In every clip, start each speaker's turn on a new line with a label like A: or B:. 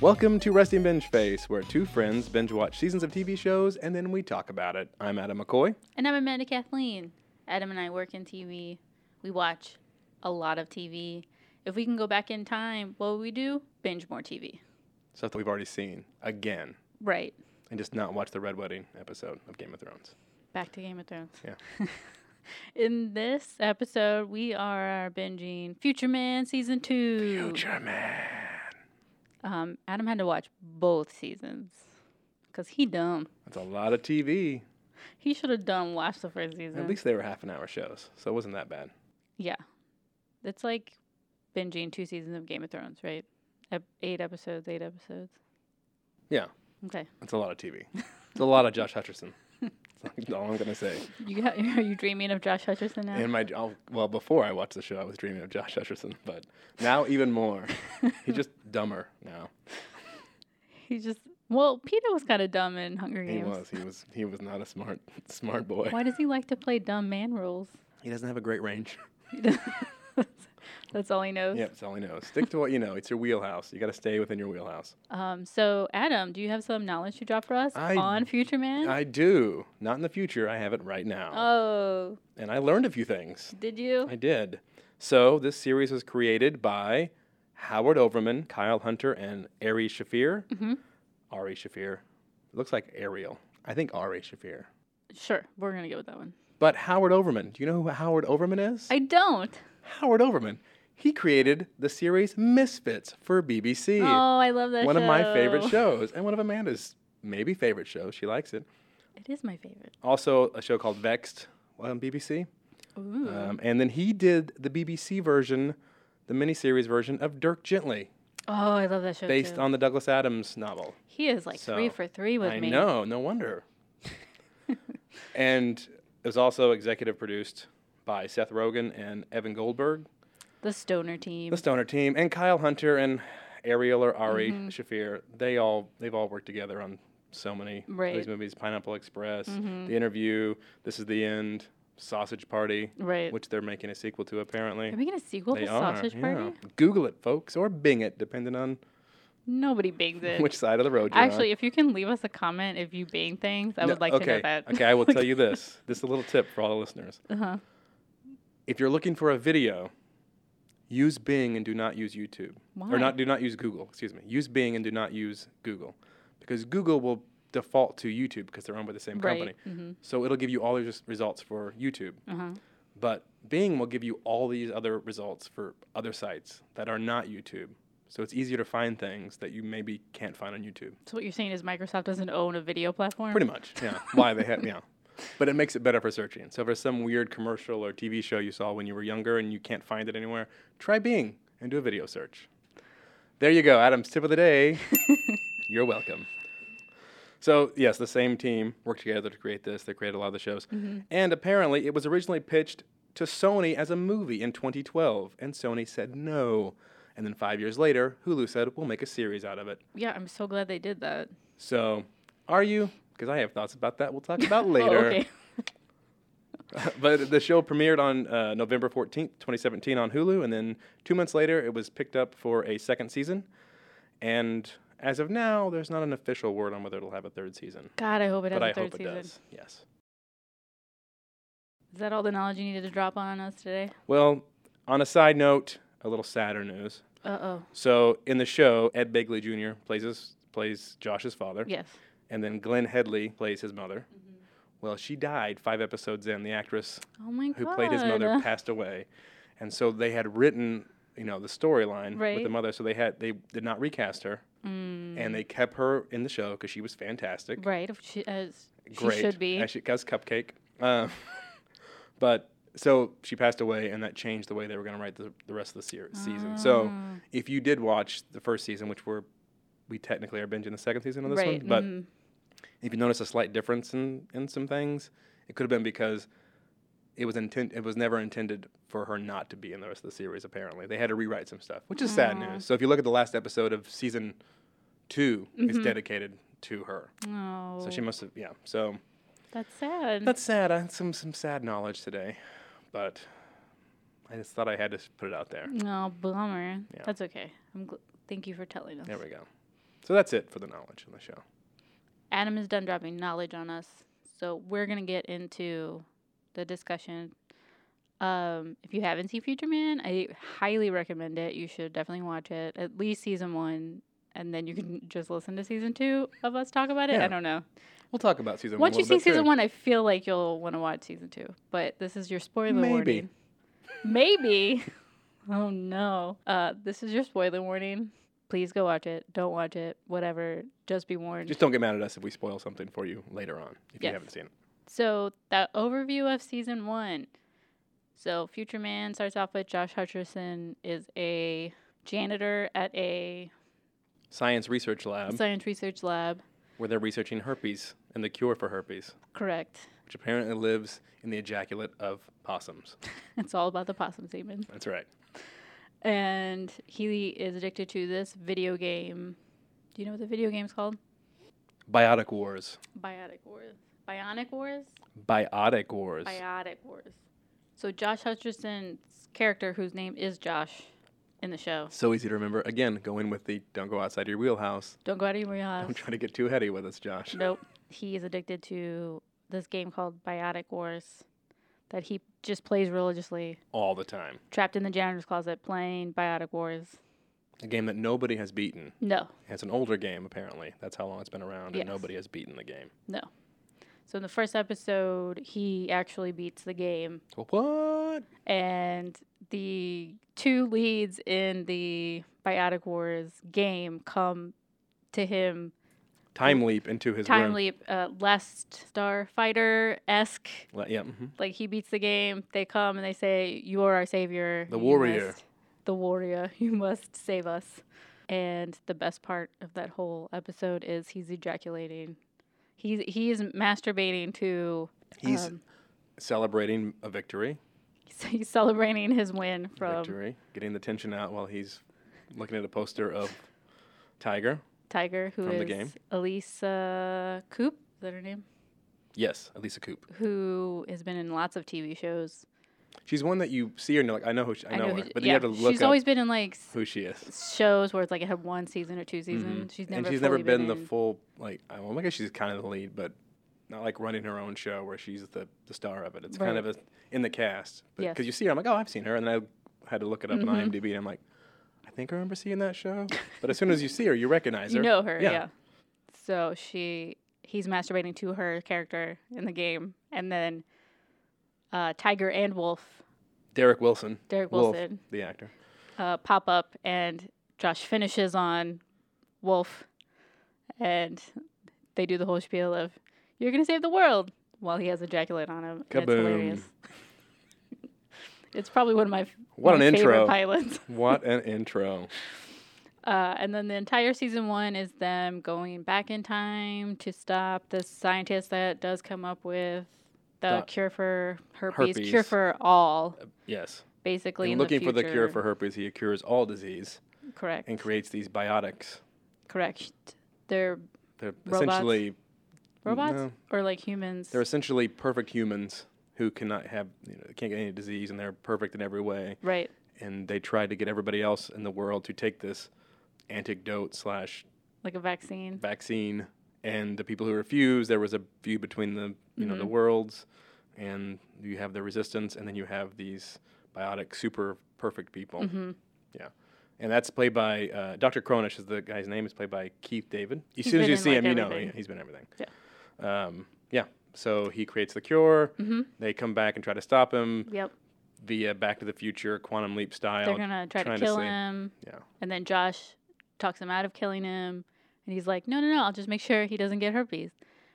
A: Welcome to Resting Binge Face, where two friends binge watch seasons of TV shows and then we talk about it. I'm Adam McCoy.
B: And I'm Amanda Kathleen. Adam and I work in TV. We watch a lot of TV. If we can go back in time, what would we do? Binge more TV.
A: Stuff that we've already seen again,
B: Right.
A: and just not watch the Red Wedding episode of Game of Thrones.
B: Back to Game of Thrones.
A: Yeah.
B: in this episode, we are binging Future Man season two.
A: Future Man.
B: Um, Adam had to watch both seasons because he dumb.
A: That's a lot of TV.
B: He should have done watch the first season.
A: At least they were half an hour shows, so it wasn't that bad.
B: Yeah. That's like binging two seasons of Game of Thrones, right? Ep- eight episodes, eight episodes.
A: Yeah,
B: Okay.
A: it's a lot of TV. It's a lot of Josh Hutcherson. That's all I'm gonna say.
B: You got, are you dreaming of Josh Hutcherson now?
A: And my oh, well, before I watched the show, I was dreaming of Josh Hutcherson, but now even more. He's just dumber now.
B: He just well, Peter was kind of dumb in Hunger
A: He
B: Games.
A: was. He was. He was not a smart, smart boy.
B: Why does he like to play dumb man roles?
A: He doesn't have a great range.
B: He does- That's all he knows.
A: yep, that's all he knows. Stick to what you know. It's your wheelhouse. You got to stay within your wheelhouse.
B: Um, so Adam, do you have some knowledge to drop for us
A: I-
B: on Future Man?
A: I do. Not in the future. I have it right now.
B: oh,
A: and I learned a few things.
B: did you?
A: I did. So this series was created by Howard Overman, Kyle Hunter, and Ari Shafir.
B: Mhm.
A: Ari Shafir. Looks like Ariel. I think Ari Shafir.
B: sure, we're gonna go with that one.
A: But Howard Overman. Do you know who Howard Overman is?
B: I don't.
A: Howard Overman. He created the series Misfits for BBC.
B: Oh, I love that.
A: one of my favorite
B: show.
A: shows, and one of Amanda's maybe favorite shows. She likes it.
B: It is my favorite.
A: Also, a show called Vexed on BBC.
B: Ooh.
A: Um, and then he did the BBC version, the miniseries version of Dirk Gently,
B: oh, I love that show.
A: based
B: too.
A: on the Douglas Adams novel.
B: he is like three
A: So,
B: for three with
A: I
B: me.
A: know, no wonder. and it was also executive produced by Seth Rogen and Evan Goldberg,
B: The Stoner team.
A: the Stoner team, and Kyle Hunter and Ariel or Ari
B: Mm-hmm.
A: Shafir. They all they've all worked together on so many of
B: Right. Mm-hmm.
A: these movies: Pineapple Express, The Interview, This Is the End, Sausage Party,
B: right.
A: which they're making a sequel to apparently.
B: are we gonna sequel to Sausage Party?
A: yeah. Google it, folks, or Bing it, depending on
B: Nobody bigs it.
A: which side of the road you're
B: Actually, if you can leave us a comment if you bang things, I
A: on. No,
B: would like
A: okay,
B: to know that.
A: okay, I will tell you this. This is a little tip for all the listeners.
B: Uh-huh.
A: If you're looking for a video, use Bing and do not use YouTube.
B: Why?
A: Or not do not use Google, excuse me. Use Bing and do not use Google. Because Google will default to YouTube because they're owned by the same company.
B: right. hmm
A: So it'll give you all the res- results for YouTube.
B: Uh-huh.
A: But Bing will give you all these other results for other sites that are not YouTube. So it's easier to find things that you maybe can't find on YouTube.
B: So what you're saying is Microsoft doesn't own a video platform?
A: Pretty much, yeah. Why they have, yeah. But it makes it better for searching. So for some weird commercial or TV show you saw when you were younger and you can't find it anywhere, try Bing and do a video search. There you go, Adam's tip of the day. You're welcome. So yes, the same team worked together to create this. They created a lot of the shows, and apparently it was originally pitched to Sony as a movie in 2012, and Sony said no. And then five years later, Hulu said we'll make a series out of it.
B: Yeah, I'm so glad they did that.
A: So, are you? Because I have thoughts about that. We'll talk about later.
B: Oh, okay.
A: but the show premiered on uh, November 14th, 2017 on Hulu, and then two months later, it was picked up for a second season. And as of now, there's not an official word on whether it'll have a third season.
B: God, I hope it has
A: but I
B: a third
A: hope it
B: season.
A: does. Yes.
B: Is that all the knowledge you needed to drop on us today?
A: Well, on a side note, a little sadder news.
B: Uh-oh.
A: So in the show, Ed Begley Jr. plays his, plays Josh's father,
B: Yes.
A: and then Glenn Headley plays his mother.
B: Mm-hmm.
A: Well, she died five episodes in. The actress
B: Oh my
A: who
B: god.
A: played his mother passed away, and so they had written, you know, the storyline with the
B: Right.
A: mother. So they had they did not recast her,
B: Mm,
A: and they kept her in the show because she was fantastic,
B: right. if She, as
A: great,
B: she should be.
A: as she as cupcake. Uh, but so she passed away, and that changed the way they were going to write the, the rest of the series, season. So
B: Ah,
A: if you did watch the first season, which we're we technically are binging the second season on this
B: right.
A: one, but
B: mhm.
A: if you notice a slight difference in, in some things, it could have been because it was intent it was never intended for her not to be in the rest of the series apparently. They had to rewrite some stuff, which is sad
B: Aw.
A: news. So if you look at the last episode of season 2, it's
B: Mhm.
A: dedicated to her.
B: oh, Mm.
A: So she must have yeah. So
B: that's sad.
A: that's sad. I had some some sad knowledge today. But I just thought I had to s- put it out there.
B: No, Oh, bummer.
A: Yeah.
B: That's okay. I'm gl- thank you for telling us.
A: There we go. So that's it for the knowledge on the show.
B: Adam is done dropping knowledge on us, so we're gonna get into the discussion. Um, if you haven't seen Future Man, I highly recommend it. You should definitely watch it, at least season one, and then you can just listen to season two of us talk about it.
A: Yeah.
B: I don't know.
A: We'll talk about season
B: Once
A: one.
B: you see season one, I feel like you'll want to watch season two. But this is your spoiler
A: Maybe.
B: warning. Maybe. Oh no. Uh, this is your spoiler warning. Please go watch it. Don't watch it. Whatever. Just be warned.
A: Just don't get mad at us if we spoil something for you later on if you
B: Yes.
A: haven't seen it.
B: So that overview of season one. So Future Man starts off with Josh Hutcherson is a janitor at a
A: Science Research Lab,
B: science research lab.
A: where they're researching herpes and the cure for herpes,
B: Correct.
A: which apparently lives in the ejaculate of possums.
B: It's all about the possum semen.
A: That's right.
B: And he is addicted to this video game. Do you know what the video game's called?
A: Biotic Wars.
B: Biotic Wars. Bionic Wars?
A: Biotic Wars.
B: Biotic Wars. So Josh Hutcherson's character, whose name is Josh in the show.
A: so easy to remember. Again, go in with the don't go outside your wheelhouse.
B: Don't go out of your house.
A: Don't try to get too heady with us, Josh.
B: Nope. He is addicted to this game called Biotic Wars that he just plays religiously,
A: All the time.
B: trapped in the janitor's closet playing Biotic Wars.
A: A game that nobody has beaten.
B: No,
A: It's an older game, apparently. That's how long it's been around,
B: Yes.
A: and nobody has beaten the game.
B: no. So in the first episode, he actually beats the game,
A: What?
B: and the two leads in the Biotic Wars game come to him.
A: Time leap into his
B: Time
A: room.
B: leap, uh, Last Starfighter esque.
A: Le- yeah. mhm.
B: Like he beats the game, they come and they say, "You are our savior,
A: The
B: you
A: warrior."
B: must- the warrior, you must save us." And the best part of that whole episode is he's ejaculating. He he is masturbating to.
A: He's
B: um,
A: celebrating a victory.
B: he's celebrating his win from
A: victory. Getting the tension out while he's looking at a poster of Tiger.
B: Tiger, who is
A: From the game.
B: Elisa Coop. Is that her name?
A: Yes, Elisa Coop.
B: Who has been in lots of TV shows.
A: She's one that you see her and you're like, I know who she, I, know,
B: who
A: her,
B: she-
A: but
B: yeah,
A: then you have to look
B: She's
A: up
B: always been in like s-
A: who she is.
B: shows where it's like it had one season or two seasons. She's never
A: Mm-hmm. and she's never
B: fully been,
A: been the
B: in.
A: full like. I- Well, I guess she's kind of the lead, but not like running her own show where she's the, the star of it. It's kind
B: Right.
A: of a, in the cast because
B: Yes.
A: you see her. I'm like, oh, I've seen her, and then I had to look it up on
B: Mhm.
A: IMDb, and I'm like, I think I remember seeing that show. but as soon as you see her, you recognize her.
B: You know her,
A: Yeah.
B: yeah. So she he's masturbating to her character in the game, and then uh, Tiger and Wolf,
A: Derek Wilson,
B: Derek
A: Wolf.
B: Wilson,
A: the actor.
B: uh, pop up, and Josh finishes on Wolf, and they do the whole spiel of "You're gonna save the world" while he has ejaculate on him. and It's
A: Kaboom.
B: hilarious. it's probably one of my f-
A: What
B: my
A: an
B: favorite
A: intro.
B: pilots.
A: What an intro.
B: Uh, and then the entire season one is them going back in time to stop the scientist that does come up with the
A: The-
B: cure for herpes, cure
A: herpes.
B: for all,
A: Yes.
B: basically.
A: And
B: in
A: looking for the cure
B: future.
A: for herpes, he cures all disease
B: correct,
A: and creates these biotics.
B: correct. They're
A: They're
B: Robots?
A: essentially
B: robots
A: Mm, No.
B: or like humans.
A: They're essentially perfect humans who cannot have, you know, can't get any disease, and they're perfect in every way.
B: right,
A: And they tried to get everybody else in the world to take this antidote slash
B: like a vaccine.
A: vaccine. And the people who refused, there was a feud between the, you know, the
B: Mm-hmm.
A: worlds, and you have the resistance, and then you have these biotic super perfect people.
B: Mm-hmm.
A: Yeah. And that's played by uh, Dr. Cronish is the guy's name. Is played by Keith David. As soon as
B: been
A: you
B: in,
A: see
B: like,
A: him, you know
B: everything.
A: he- he's been everything. Yeah. Um, yeah. So he creates the cure.
B: Mm-hmm.
A: They come back and try to stop him
B: Yep,
A: via Back to the Future, quantum leap style.
B: they're gonna try to
A: trying
B: kill
A: say-
B: him,
A: Yeah.
B: and then Josh talks him out of killing him, and he's like, "No, no, no! I'll just make sure he doesn't get herpes."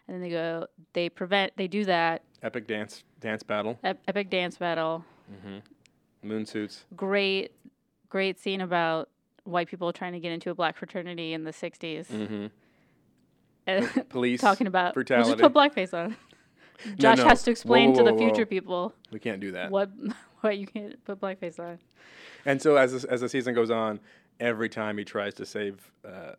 B: And then they go, they prevent, they do that,
A: Epic dance dance battle.
B: Ep- epic dance battle.
A: Moon suits.
B: Great, great scene about white people trying to get into a black fraternity in the 60s.
A: Mhm.
B: And
A: Police.
B: talking about we'll
A: brutality.
B: just put blackface on. Josh
A: no.
B: has to explain
A: Whoa,
B: to the
A: whoa,
B: future
A: whoa. Uh,
B: people
A: we can't do that.
B: what what you can't put blackface on.
A: And so as this, as the season goes on, every time he tries to save uh,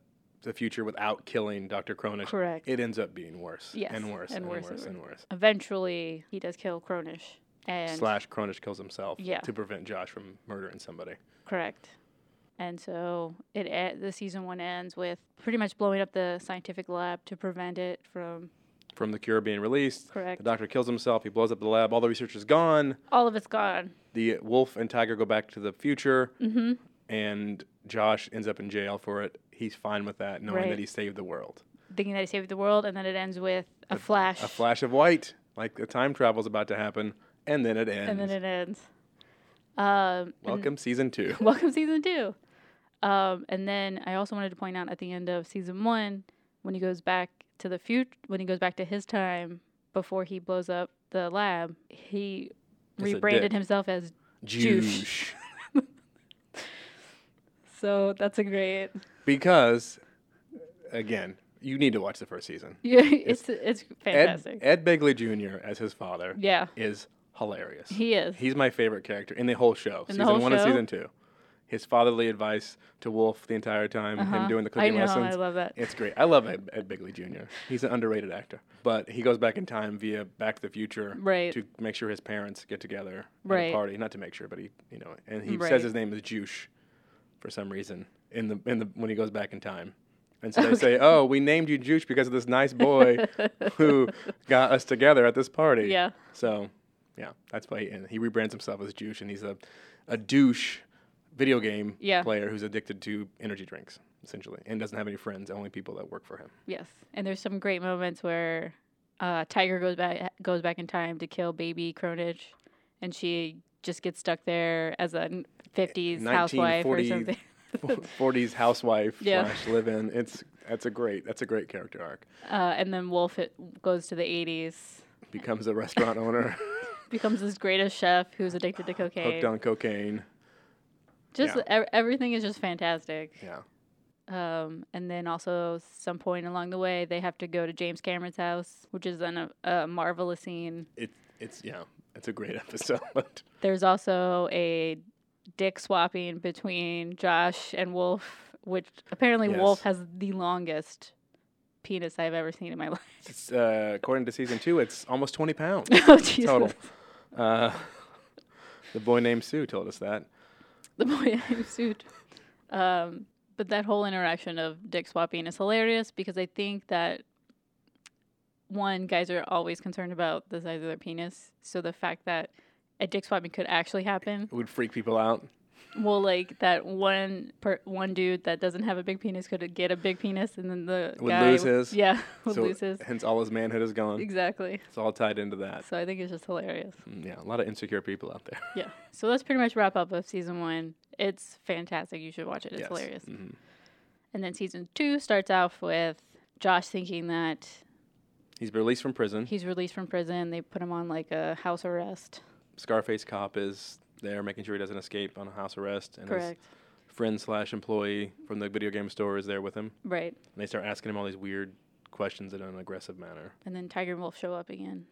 A: the future without killing Dr. Cronish,
B: Correct.
A: it ends up being worse
B: Yes,
A: and worse
B: and
A: and,
B: worse
A: worse,
B: and
A: and worse.
B: Eventually, he does kill Cronish. And
A: Slash Cronish kills himself
B: Yeah.
A: to prevent Josh from murdering somebody.
B: correct. And so it e- the season one ends with pretty much blowing up the scientific lab to prevent it from
A: From the cure being released,
B: correct.
A: the doctor kills himself. He blows up the lab. All the research is gone.
B: All of it's gone.
A: The wolf and tiger go back to the future,
B: hmm
A: and Josh ends up in jail for it. He's fine with that, knowing
B: Right.
A: that he saved the world.
B: Thinking that he saved the world, and then it ends with a,
A: A-
B: flash,
A: A flash of white, like the time travel's about to happen, and then it ends.
B: and then it ends. Um, and-
A: Welcome season two.
B: Welcome season two. Um, and then I also wanted to point out at the end of season one, when he goes back to the future, when he goes back to his time before he blows up the lab, he
A: It's a
B: rebranded
A: dick.
B: himself as. Juice.
A: Juice.
B: So that's a great.
A: Because, again, you need to watch the first season.
B: Yeah, it's it's
A: Ed,
B: fantastic.
A: Ed Begley Jr. as his father
B: yeah,
A: is hilarious.
B: he is.
A: He's my favorite character in the whole show,
B: In the
A: season
B: whole
A: one and
B: show?
A: season two. His fatherly advice to Wolf the entire time,
B: Uh-huh.
A: him doing the
B: I
A: cooking
B: know.
A: lessons.
B: I love that.
A: It's great. I love Ed, Ed Bigley Jr. He's an underrated actor, but he goes back in time via Back to the Future
B: Right.
A: to make sure his parents get together at a
B: Right.
A: party. Not to make sure, but he, you know, and he
B: Right.
A: says his name is Juice for some reason in the in the when he goes back in time, and so they
B: Okay.
A: say, "Oh, we named you Juice because of this nice boy who got us together at this party."
B: yeah.
A: So, yeah, that's why he, and he rebrands himself as Juice, and he's a a douche video game
B: Yeah.
A: player who's addicted to energy drinks essentially and doesn't have any friends only people that work for him
B: Yes, and there's some great moments where uh, Tiger goes back goes back in time to kill baby Cronage, and she just gets stuck there as a 50s housewife or
A: 1940
B: something.
A: 40s housewife
B: Yeah.
A: slash live in. It's that's a great that's a great character arc.
B: Uh, and then Wolf it, goes to the 80s,
A: Becomes a restaurant owner,
B: becomes this greatest chef who's addicted to
A: hooked
B: cocaine.
A: on cocaine.
B: Just
A: yeah.
B: ev- everything is just fantastic.
A: Yeah.
B: Um, and then also some point along the way, they have to go to James Cameron's house, which is then a, a marvelous scene.
A: It it's yeah, it's a great episode.
B: There's also a dick swapping between Josh and Wolf, which apparently Wolf
A: Yes.
B: has the longest penis I've ever seen in my life.
A: it's, uh, according to season two, it's almost twenty pounds.
B: oh, Jesus.
A: Total. Uh, the boy named Sue told us that.
B: The boy I'm sued. Um, but that whole interaction of dick swapping is hilarious because I think that one, guys are always concerned about the size of their penis. So the fact that a dick swapping could actually happen
A: It would freak people out.
B: Well, like that one per, one dude that doesn't have a big penis could get a big penis, and then the
A: Would
B: guy
A: lose his.
B: Yeah, would
A: so
B: lose his.
A: hence all his manhood is gone.
B: Exactly.
A: It's all tied into that.
B: So I think it's just hilarious.
A: Mm, Yeah, a lot of insecure people out there.
B: Yeah. So that's pretty much wrap up of season one. It's fantastic. You should watch it. It's
A: Yes.
B: hilarious.
A: Mhm.
B: And then season two starts off with Josh thinking that
A: He's released from prison.
B: he's released from prison. They put him on like a house arrest.
A: Scarface cop is there making sure he doesn't escape on house arrest, and his
B: Correct.
A: friend slash employee from the video game store is there with him,
B: Right.
A: and they start asking him all these weird questions in an aggressive manner.
B: And then Tiger and Wolf show up again,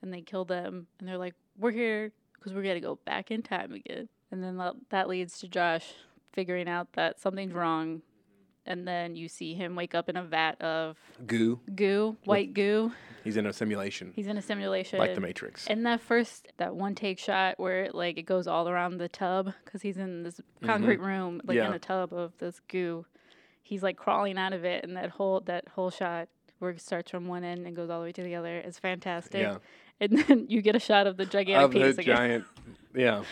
B: and they kill them. And they're like, "We're here because we're gonna go back in time again." And then that- that leads to Josh figuring out that something's wrong. And then you see him wake up in a vat of
A: Goo,
B: goo, white goo.
A: he's in a simulation,
B: He's in a simulation.
A: like the Matrix.
B: and that first, that one take shot where it like it goes all around the tub because he's in this concrete room, like in
A: Mm-hmm. Yeah.
B: a tub of this goo. He's like crawling out of it, and that whole that whole shot where it starts from one end and goes all the way to the other is fantastic
A: yeah,
B: and then you get a shot of the gigantic
A: of the
B: penis again.
A: giant. Yeah,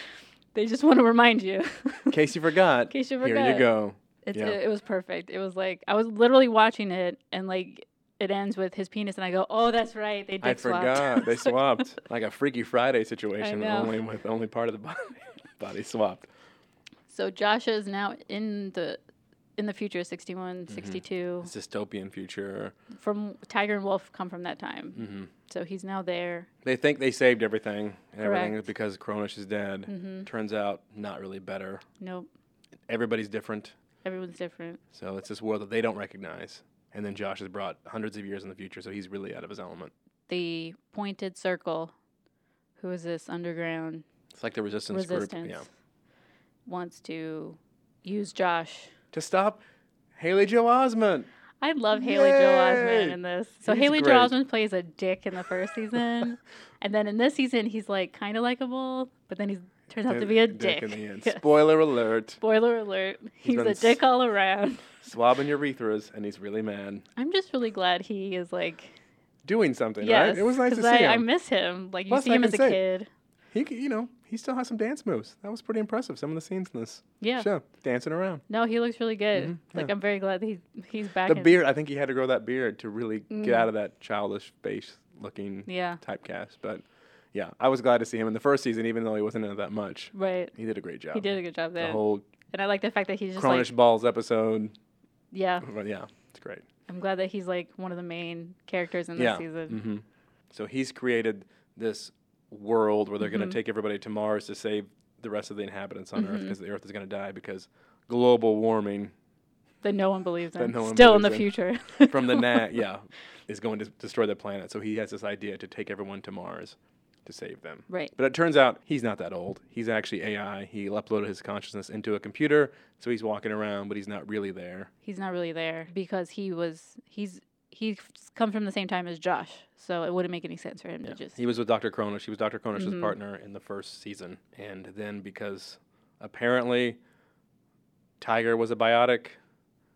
B: They just want to remind you.
A: in case you forgot.
B: case you
A: Here
B: forgot.
A: you go.
B: It's,
A: Yeah.
B: it, it was perfect. It was like I was literally watching it, and like it ends with his penis, and I go, "Oh, that's right, they did
A: I forgot they
B: so,
A: swapped like a Freaky Friday situation,
B: know.
A: only with only part of the body, body swapped.
B: so Josh is now in the in the future, 61,
A: Mm-hmm.
B: 62.
A: It's dystopian future.
B: From Tiger and Wolf come from that time,
A: hmm
B: so he's now there.
A: They think they saved everything, and everything
B: Correct.
A: is because Cronus is dead.
B: Mm-hmm.
A: Turns out, not really better.
B: Nope,
A: Everybody's different.
B: everyone's different.
A: So it's this world that they don't recognize. And then Josh is brought hundreds of years in the future, so he's really out of his element.
B: The pointed circle, who is this underground
A: It's like the resistance,
B: resistance
A: group. Yeah.
B: wants to use Josh.
A: To stop Haley Joe Osment.
B: I love Haley Joel Osment
A: Yay!
B: in this. So
A: He's
B: Haley Joel
A: great.
B: Osment plays a dick in the first season, and then in this season he's like kind of likable, but then he's Turns out to be a dick.
A: dick in the end.
B: Yes.
A: Spoiler alert.
B: Spoiler alert. He's,
A: been
B: a
A: s-
B: dick all around.
A: Swabbing urethras, and he's really mad.
B: I'm just really glad he is like
A: Doing something,
B: yes.
A: right? It was nice to
B: 'cause
A: see
B: I,
A: him.
B: I miss him. Like you
A: Plus,
B: see
A: I
B: him
A: can
B: as a
A: say-
B: kid.
A: he, c- you know, he still has some dance moves. That was pretty impressive. Some of the scenes in this
B: Yeah.
A: show, dancing around.
B: No, he looks really good.
A: Mhm,
B: Like
A: yeah.
B: I'm very glad that he he's back.
A: The
B: in-
A: beard, I think he had to grow that beard to really
B: Mm.
A: get out of that childish face looking
B: Yeah.
A: typecast. But yeah, I was glad to see him in the first season, even though he wasn't in it that much.
B: Right.
A: He did a great job.
B: He did a good job
A: The
B: there.
A: whole
B: And I like the fact that he's just
A: Cronish
B: like
A: Balls episode.
B: yeah.
A: But yeah, it's great.
B: I'm glad that he's like one of the main characters in this
A: Yeah.
B: season.
A: hmm So he's created this world where they're going
B: Mhm.
A: to take everybody to Mars to save the rest of the inhabitants on Earth
B: Mhm.
A: because the Earth is going to die because global warming
B: That no one believes
A: Mm. That
B: in.
A: no one
B: Still in the
A: believes
B: future.
A: from the nat yeah is going to destroy the planet. So he has this idea to take everyone to Mars to save them.
B: Right.
A: But it turns out he's not that old. He's actually AI. He uploaded his consciousness into a computer, so he's walking around, but he's not really there.
B: He's not really there because he was he's he's come from the same time as Josh, so it wouldn't make any sense for him to just
A: He was with Dr. Kronos. She was Dr. Kronos'
B: Mhm.
A: partner in the first season. And then because apparently Tiger was a biotic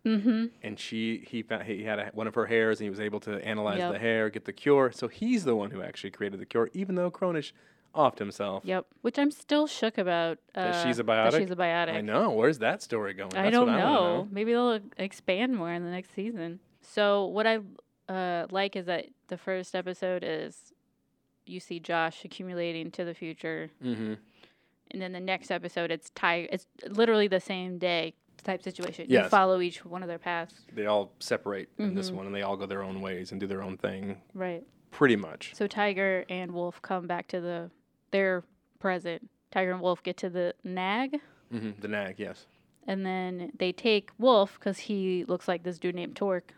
B: Mhm.
A: and she he found he had a, one of her hairs and he was able to analyze
B: Yep.
A: the hair, get the cure. So he's the one who actually created the cure, even though Kronos offed himself.
B: Yep. Which I'm still shook about uh,
A: That she's a
B: That
A: biotic?
B: she's a biotic.
A: I know. Where's that story going?
B: I
A: That's
B: don't
A: what
B: know.
A: wanna
B: Maybe they'll expand more in the next season. So what I uh, like is that the first episode is you see Josh accumulating to the future,
A: Mm-hmm.
B: and then the next episode it's Tiger. It's literally the same day type situation. You
A: Yes.
B: follow each one of their paths.
A: They all separate in this
B: Mhm.
A: one, and they all go their own ways and do their own thing,
B: Right.
A: pretty much.
B: So Tiger and Wolf come back to the their present. Tiger and Wolf get to the Nag,
A: hmm The nag, yes.
B: and then they take Wolf because he looks like this dude named Torque,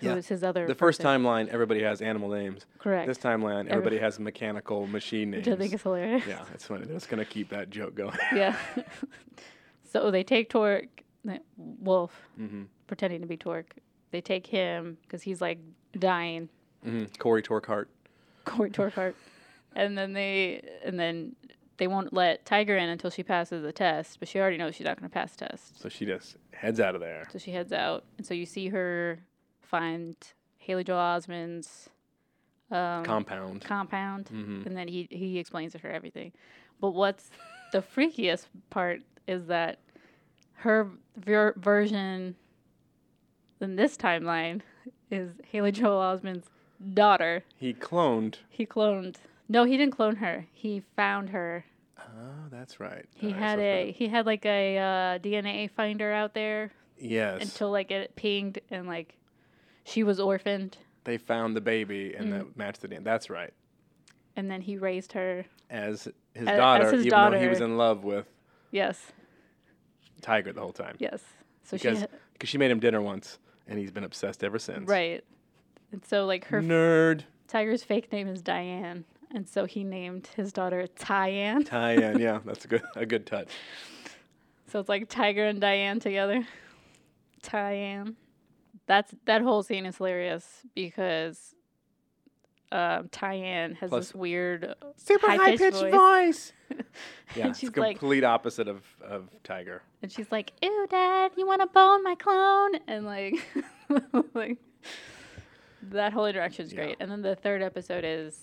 B: who is
A: Yeah.
B: his other.
A: The first
B: person.
A: timeline, everybody has animal names.
B: Correct.
A: This timeline, everybody has mechanical machine names.
B: Which I think is hilarious.
A: yeah, it's funny. That's gonna keep that joke going.
B: Yeah. so they take Torque, like, Wolf,
A: hmm
B: pretending to be Torque. They take him because he's like dying,
A: hmm Corey Torkhart.
B: Corey Torquehart. and then they, and then they won't let Tiger in until she passes the test, but she already knows she's not going to pass the test.
A: So she just heads out of there.
B: So she heads out. And so you see her find Haley Joel Osmond's um,
A: Compound.
B: compound.
A: hmm
B: and then he he explains to her everything. But what's the freakiest part is that her ver- version in this timeline is Haley Joel Osment's daughter.
A: He cloned.
B: He cloned. No, he didn't clone her. He found her.
A: Oh, that's right.
B: He
A: All right,
B: had
A: so
B: a he had like a uh, DNA finder out there
A: for- yes.
B: until like it pinged and like she was orphaned
A: they found the baby and
B: Mm.
A: that matched the name. That's right.
B: and then he raised her.
A: As his
B: A- as
A: daughter,
B: his
A: even though he was
B: daughter.
A: in love with
B: Yes.
A: Tiger the whole time.
B: Yes. So
A: Because-
B: she ha-
A: Because she made him dinner once, and he's been obsessed ever since.
B: right. And so like her
A: Mm. Nerd.
B: Tiger's fake name is Diane, and so he named his daughter Tyann.
A: Tie-in. yeah, that's a good a good touch.
B: So it's like Tiger and Diane together. Tyann. That's that whole scene is hilarious because um, Tyann has
A: Plus-
B: this weird.
A: Super
B: High-pitched high-pitched
A: voice. yeah,
B: And
A: it's
B: she's like-
A: complete opposite of of Tiger.
B: And she's like, "Ew, Dad, you want to bone my clone?" And like, like that whole interaction is
A: Yeah.
B: great. And then the third episode is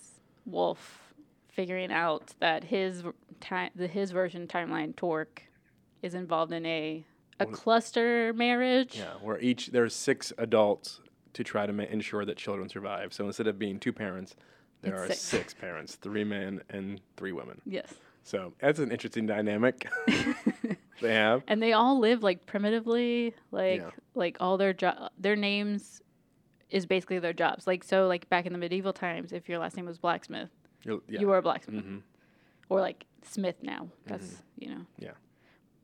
B: Wolf figuring out that his v- ti- the his version timeline Torque is involved in a a
A: Well,
B: cluster marriage.
A: Yeah, where each there's six adults to try to ma- ensure that children survive. So instead of being two parents, there
B: It's
A: are
B: six.
A: six. parents, three men and three women.
B: Yes.
A: So that's an interesting dynamic they have.
B: And they all live like primitively, like
A: Yeah.
B: like all their jo- their names is basically their jobs. Like so like back in the medieval times if your last name was blacksmith,
A: You'll- yeah.
B: you were a blacksmith.
A: Mhm.
B: or like Smith now. That's you know.
A: Mm-hmm. Yeah.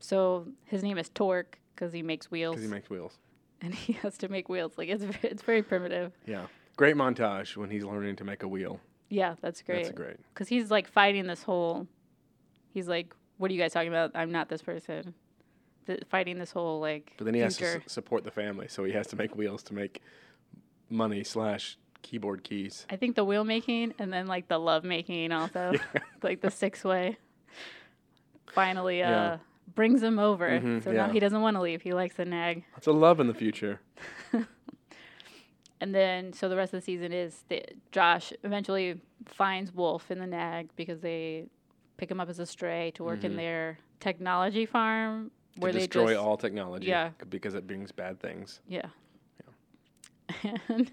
B: So his name is Torque because he makes wheels,
A: 'Cause he makes wheels.
B: and he has to make wheels. Like it's ve- it's very primitive.
A: Yeah. Great montage when he's learning to make a wheel.
B: Yeah, that's great.
A: That's great.
B: Because he's like fighting this whole. He's like, "What are you guys talking about? I'm not this person." Th- fighting this whole like.
A: But then he has to
B: future.
A: s- support the family, so he has to make wheels to make money slash keyboard keys.
B: I think the wheel making and then like the love making also, like the six way. finally uh,
A: Yeah.
B: brings him over.
A: Mhm,
B: so
A: yeah.
B: now he doesn't want to leave. He likes the nag.
A: It's a love in the future.
B: And then, so the rest of the season is that Josh eventually finds Wolf in the nag because they pick him up as a stray to work
A: Mhm.
B: in their technology farm
A: To
B: where they
A: destroy
B: just,
A: all technology.
B: yeah.
A: c- Because it brings bad things.
B: Yeah. And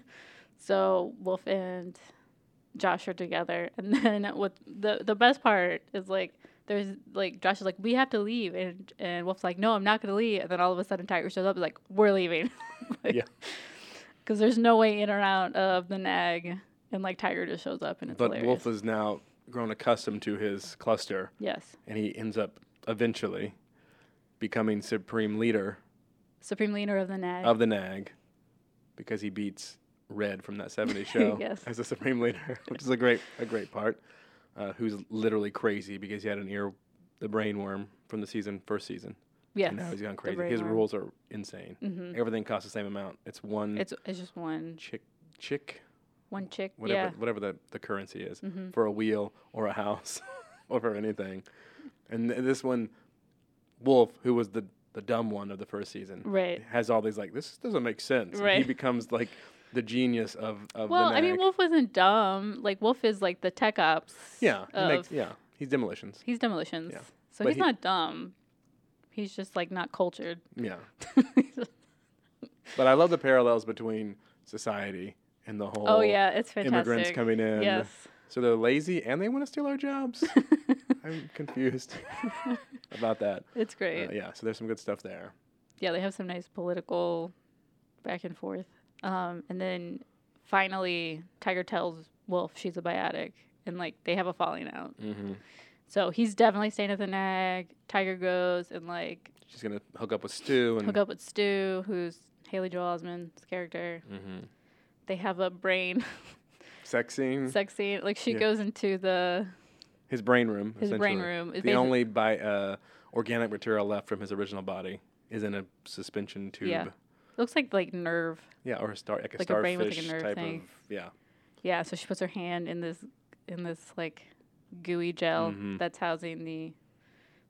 B: so Wolf and Josh are together, and then what the the best part is like there's like Josh is like we have to leave, and and Wolf's like no I'm not gonna leave, and then all of a sudden Tiger shows up and like we're leaving. like,
A: Yeah.
B: Because there's no way in or out of the nag, and like Tiger just shows up and it's
A: but
B: hilarious.
A: Wolf has now grown accustomed to his cluster,
B: yes,
A: and he ends up eventually becoming supreme leader
B: supreme leader of the nag.
A: of the Nag because he beats Red from that '70s show
B: Yes.
A: as the supreme leader, which is a great a great part. Uh, who's literally crazy because he had an ear, the brain worm from the season first season,
B: yes.
A: and now he's gone crazy.
B: brain
A: His
B: worm.
A: rules are insane.
B: hmm
A: Everything costs the same amount. It's one
B: It's it's just one
A: chick chick
B: one chick.
A: whatever
B: yeah.
A: whatever the, the currency is
B: Mm-hmm.
A: for a wheel or a house or for anything. And th- this one, Wolf, who was the the dumb one of the first season,
B: Right.
A: has all these like this doesn't make sense. And He
B: Right.
A: becomes like the genius of of
B: Well,
A: the
B: I mean,
A: Nag.
B: Wolf wasn't dumb. Like Wolf is like the tech ops.
A: yeah, he
B: of,
A: makes, yeah, he's demolitions.
B: he's demolitions.
A: Yeah.
B: So
A: But
B: he's
A: he-
B: not dumb. He's just like not cultured.
A: Yeah, but I love the parallels between society and the whole
B: oh yeah, it's fantastic.
A: immigrants coming in.
B: Yes.
A: So they're lazy and they want to steal our jobs. I'm confused about that.
B: It's
A: Uh,
B: great. yeah.
A: yeah, so there's some good stuff there.
B: they have some nice political back and forth. Um, and then finally, Tiger tells Wolf she's a biotic, and like they have a falling out.
A: hmm
B: So he's definitely staying at the nag. Tiger goes and like
A: She's gonna hook up with Stu and
B: hook up with Stu, who's Haley Joel Osment's character.
A: Mhm.
B: They have a brain
A: sex scene.
B: sex scene. Like she
A: Mm-hmm. Yeah.
B: goes into the
A: his brain room.
B: his brain
A: essentially.
B: room. It's
A: The
B: basi-
A: only bi- uh, organic material left from his original body is in a suspension tube.
B: Yeah. looks like like nerve.
A: Yeah, or a star, like a
B: Like a
A: starfish
B: brain with, like, a nerve
A: type
B: thing.
A: of. Yeah.
B: Yeah, so she puts her hand in this in this like gooey gel
A: Mhm.
B: that's housing the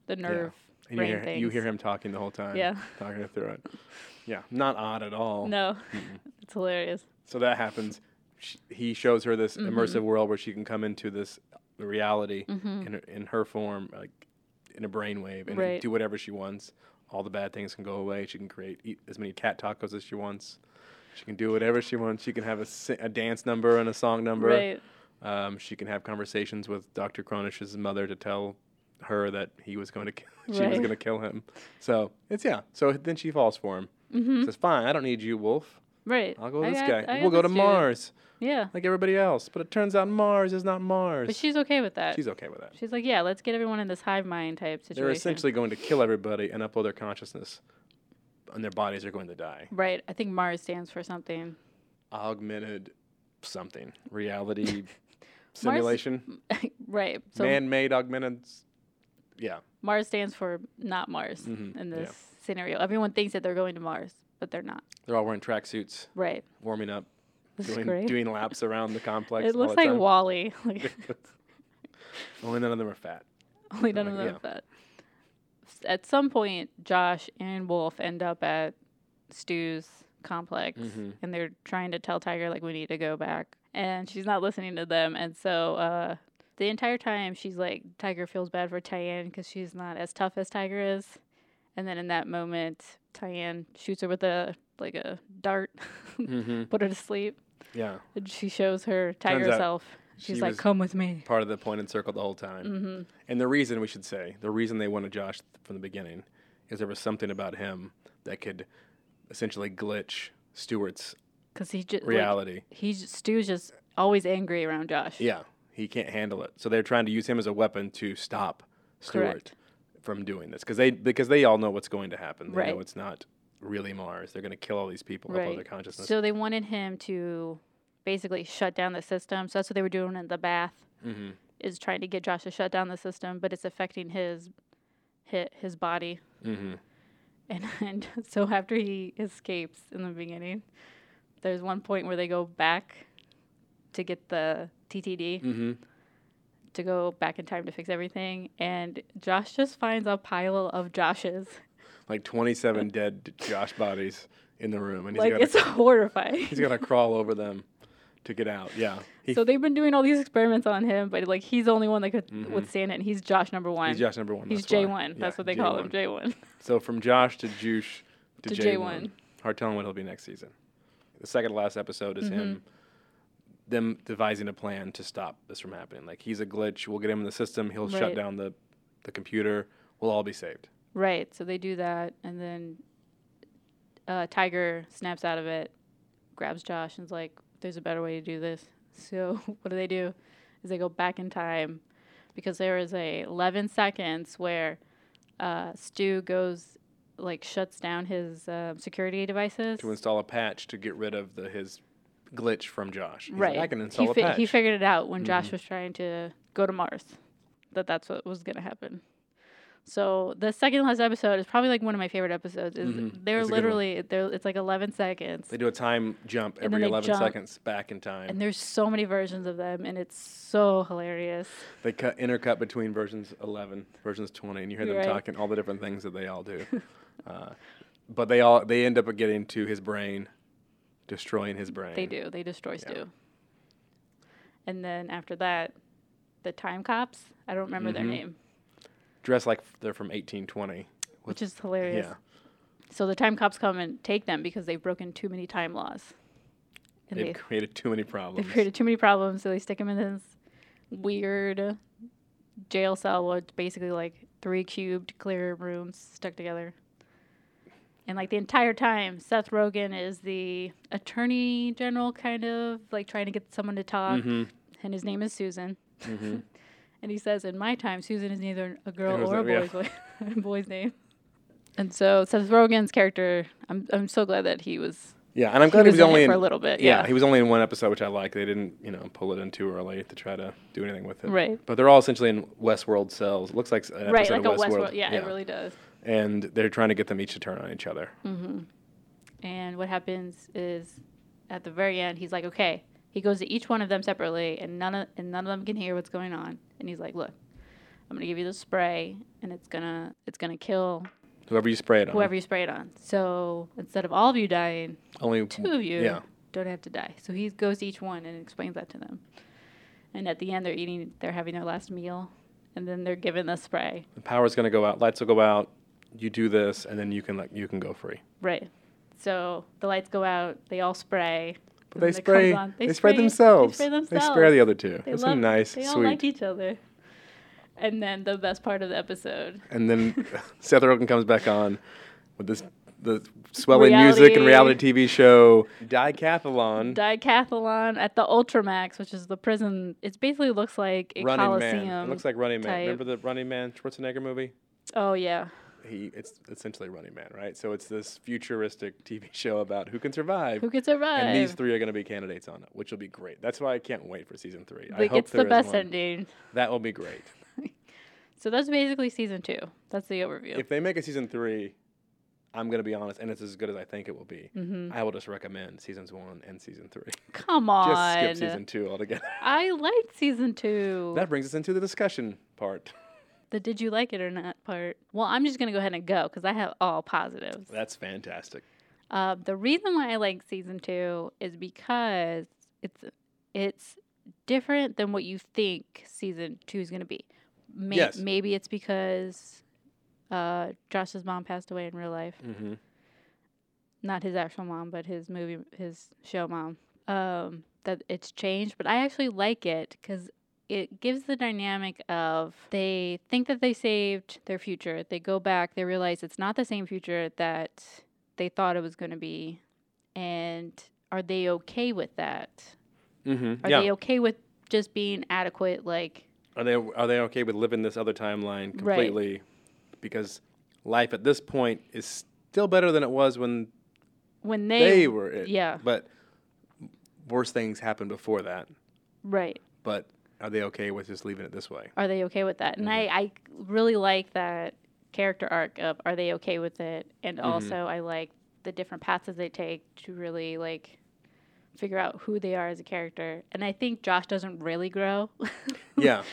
B: the nerve.
A: And you
B: Brain
A: hear, you hear
B: things.
A: him talking the whole time.
B: Yeah.
A: Talking her through it. Yeah. Not odd at all.
B: No. it's hilarious.
A: So that happens. Sh he shows her this
B: Mm-hmm.
A: immersive world where she can come into this reality
B: Mhm.
A: in, her, in her form, like in a brainwave, and
B: Right.
A: do whatever she wants. All the bad things can go away. She can create eat as many cat tacos as she wants. She can do whatever she wants. She can have a, si- a dance number and a song number.
B: Right.
A: Um, she can have conversations with Dr. Cronish's mother to tell her that he was going to kill, she was
B: Right.
A: going to kill him. So it's yeah. So then she falls for him.
B: Mm-hmm.
A: Says, "Fine, I don't need you, Wolf.
B: Right.
A: I'll go with
B: I
A: this
B: got-
A: guy.
B: I got
A: we'll go to
B: this dude."
A: Mars
B: Yeah.
A: like everybody else." But it turns out Mars is not Mars.
B: But she's okay with that. She's,
A: she's okay with that.
B: like, yeah, let's get everyone in this hive mind type situation.
A: They're essentially going to kill everybody and upload their consciousness, and their bodies are going to die.
B: Right. I think Mars stands for something.
A: Augmented something reality simulation,
B: right. So
A: man-made augmented. s- Yeah,
B: Mars stands for not Mars
A: Mhm,
B: in
A: yeah.
B: this scenario. Everyone thinks that they're going to Mars, but they're not.
A: they're all wearing tracksuits,
B: Right.
A: warming up.
B: This is
A: doing,
B: great.
A: doing laps around the complex.
B: it
A: all
B: looks
A: the
B: like
A: time.
B: Wally. Like,
A: Only none of them are fat.
B: only none of
A: Like,
B: them have that. S- At some point, Josh and Wolf end up at Stu's complex,
A: Mhm.
B: and they're trying to tell Tiger like we need to go back, and she's not listening to them, and so. uh the entire time she's like Tiger feels bad for Tyann because she's not as tough as Tiger is, and then in that moment Tyann shoots her with a like a dart,
A: Mm-hmm.
B: put her to sleep.
A: Yeah,
B: And she shows her tiger
A: out
B: self. She's
A: she
B: like,
A: was-
B: "Come with me."
A: part of the point and circle the whole time.
B: hmm
A: And the reason we should say the reason they wanted Josh from the beginning is there was something about him that could essentially glitch Stewart's
B: Because he just like,
A: reality.
B: he's Stu's just always angry around Josh.
A: yeah, he can't handle it. So they're trying to use him as a weapon to stop Stewart
B: Correct.
A: from doing this because they because they all know what's going to happen. They know
B: Right.
A: it's not really Mars. They're going to kill all these people, upload
B: Right.
A: their consciousness.
B: So they wanted him to basically shut down the system. So that's what they were doing in the bath
A: mm-hmm.
B: is trying to get Josh to shut down the system, but it's affecting his his, his body.
A: Mm-hmm.
B: And, and so after he escapes in the beginning,
A: Mm.
B: there's one point where they go back to get the TTD.
A: Mm-hmm.
B: to go back in time to fix everything. And Josh just finds a pile of Josh's.
A: Like 27 dead Josh bodies in the room, and he's
B: Uh, Like,
A: got
B: it's horrifying.
A: he's got to crawl over them to get out. Yeah, he,
B: so they've been doing all these experiments on him, but like he's the only one that could
A: Mhm.
B: withstand it, and he's Josh number one.
A: he's Josh number one.
B: He's
A: that's why.
B: J one.
A: Yeah,
B: That's what they call him,
A: J1.
B: J one.
A: So from Josh to Juice to,
B: To
A: J1.
B: J1.
A: Hard telling what he'll be next season. The second to last episode is
B: Mm-hmm.
A: him, them devising a plan to stop this from happening. Like he's a glitch. We'll get him in the system. He'll shut
B: Right.
A: down the, the computer. We'll all be saved.
B: Right. So they do that, and then uh, Tiger snaps out of it, grabs Josh, and's like, "There's a better way to do this." So what do they do? Is they go back in time, because there is a 11 seconds where uh, Stu goes, like, shuts down his um security devices.
A: To install a patch to get rid of the his glitch from Josh. He's like,
B: right.
A: I can install
B: he,
A: a
B: fi-
A: patch. Mm-hmm.
B: he figured it out when Josh was trying to go to Mars, that that's what was gonna happen. So the second last episode is probably like one of my favorite episodes. Is
A: Mhm.
B: they're
A: It's a good one.
B: literally they're it's like eleven seconds,
A: they do a time jump
B: And then
A: every
B: they
A: 11
B: jump.
A: seconds back in time.
B: and there's so many versions of them, and it's so hilarious.
A: They cut intercut between versions 11, versions 20, and you hear them
B: Right.
A: talking all the different things that they all do. uh, but they all they end up getting to his brain, destroying his brain.
B: They do. They destroy
A: Yeah.
B: Stu. And then after that, the time cops. I don't remember
A: Mhm.
B: their name,
A: dressed like they're from 1820.
B: which is hilarious.
A: Yeah,
B: So the time cops come and take them because they've broken too many time laws. And
A: they've
B: they
A: created too many problems.
B: They've created too many problems, so they stick him in this weird jail cell where it's basically like three cubed clear rooms stuck together. And like the entire time, Seth Rogen is the attorney general, kind of like trying to get someone to talk,
A: hmm
B: and his name is Susan.
A: hmm
B: And he says, "In my time, Susan is neither a girl
A: It was
B: or a
A: a- yeah.
B: boy's, boy- boy's name." And so Seth Rogen's character, I'm I'm so glad that he was.
A: Yeah, and I'm glad he
B: he was,
A: was,
B: in
A: only
B: it
A: in,
B: for a little bit.
A: yeah.
B: Yeah,
A: he was only in one episode, which I like. They didn't you know pull it in too early to try to do anything with it.
B: right,
A: But they're all essentially in Westworld cells. It looks like an episode
B: right, like a
A: of
B: Westworld.
A: Westworld.
B: Yeah, it really does.
A: and they're trying to get them each to turn on each other.
B: Mm-hmm. And what happens is at the very end, he's like, okay, he goes to each one of them separately, and none of, and none of them can hear what's going on. And he's like, look, I'm gonna give you the spray, and it's gonna it's gonna kill
A: Whoever you spray it on.
B: whoever you spray it on. So instead of all of you dying,
A: Only
B: two of you
A: Yeah.
B: don't have to die. So he goes to each one and explains that to them. And at the end, they're eating, they're having their last meal, and then they're given the spray.
A: The power's going to go out. Lights will go out. You do this, and then you can like you can go free.
B: Right. So the lights go out. They all spray.
A: But
B: then
A: they
B: it comes
A: spray.
B: on-
A: They, spray, themselves.
B: They spray themselves.
A: spare the other two.
B: They
A: It's
B: love-
A: nice,
B: They
A: sweet.
B: all like each other. And then the best part of the episode.
A: and then Seth Rogen comes back on with this the swelling music and
B: Reality.
A: reality TV show Decathlon.
B: Decathlon at the Ultramax, which is the prison. It basically looks like a
A: Running
B: coliseum.
A: Man. It looks like Running Man.
B: type.
A: Remember the Running Man Schwarzenegger movie?
B: oh yeah,
A: He it's essentially Running Man, right? So it's this futuristic TV show about who can survive.
B: who could survive?
A: and these three are going to be candidates on it, which will be great. That's why I can't wait for season three. I
B: like
A: hope
B: it's
A: there
B: the
A: is
B: best
A: one.
B: ending.
A: That will be great.
B: So that's basically season two. That's the overview.
A: If they make a season three, I'm going to be honest, and it's as good as I think it will be.
B: Mhm.
A: I will just recommend seasons one and season three.
B: Come
A: Just
B: on,
A: skip season two altogether.
B: I liked season two.
A: that brings us into the discussion part.
B: the did you like it or not part. Well, I'm just gonna go ahead and go because I have all positives.
A: That's fantastic.
B: Uh, the reason why I like season two is because it's it's different than what you think season two is going to be. May-
A: Yes.
B: Maybe it's because uh, Josh's mom passed away in real life,
A: hmm
B: not his actual mom, but his movie, his show mom. Um, that it's changed, but I actually like it because it gives the dynamic of they think that they saved their future. They go back, they realize it's not the same future that they thought it was going to be. And are they okay with that?
A: hmm
B: Are
A: yeah.
B: they okay with just being adequate? Like,
A: are they are they okay with living this other timeline
B: Right.
A: completely? Because life at this point is still better than it was when
B: when
A: they,
B: they.
A: were it.
B: yeah.
A: But worse things happened before that.
B: right.
A: But are they okay with just leaving it this way?
B: Are they okay with that? And
A: Mm-hmm.
B: I, I really like that character arc of are they okay with it? And
A: Mm-hmm.
B: also, I like the different paths that they take to really, like, figure out who they are as a character. And I think Josh doesn't really grow.
A: yeah.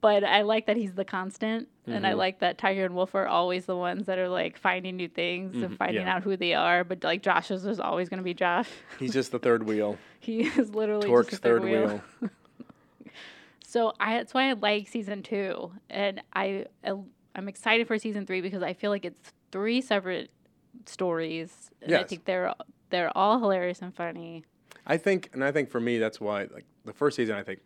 B: but I like that he's the constant, and I
A: Mhm.
B: like that Tiger and Wolf are always the ones that are like finding new things
A: Mhm,
B: and finding
A: yeah.
B: out who they are. But like Josh is just always going to be Josh.
A: He's just the third wheel.
B: He is literally
A: Torque's
B: just a
A: third, wheel.
B: So I, that's why I like season two, and I I'm excited for season three because I feel like it's three separate stories, and I
A: Yes.
B: think they're they're all hilarious and funny.
A: I think, and I think for me, that's why like the first season. I think,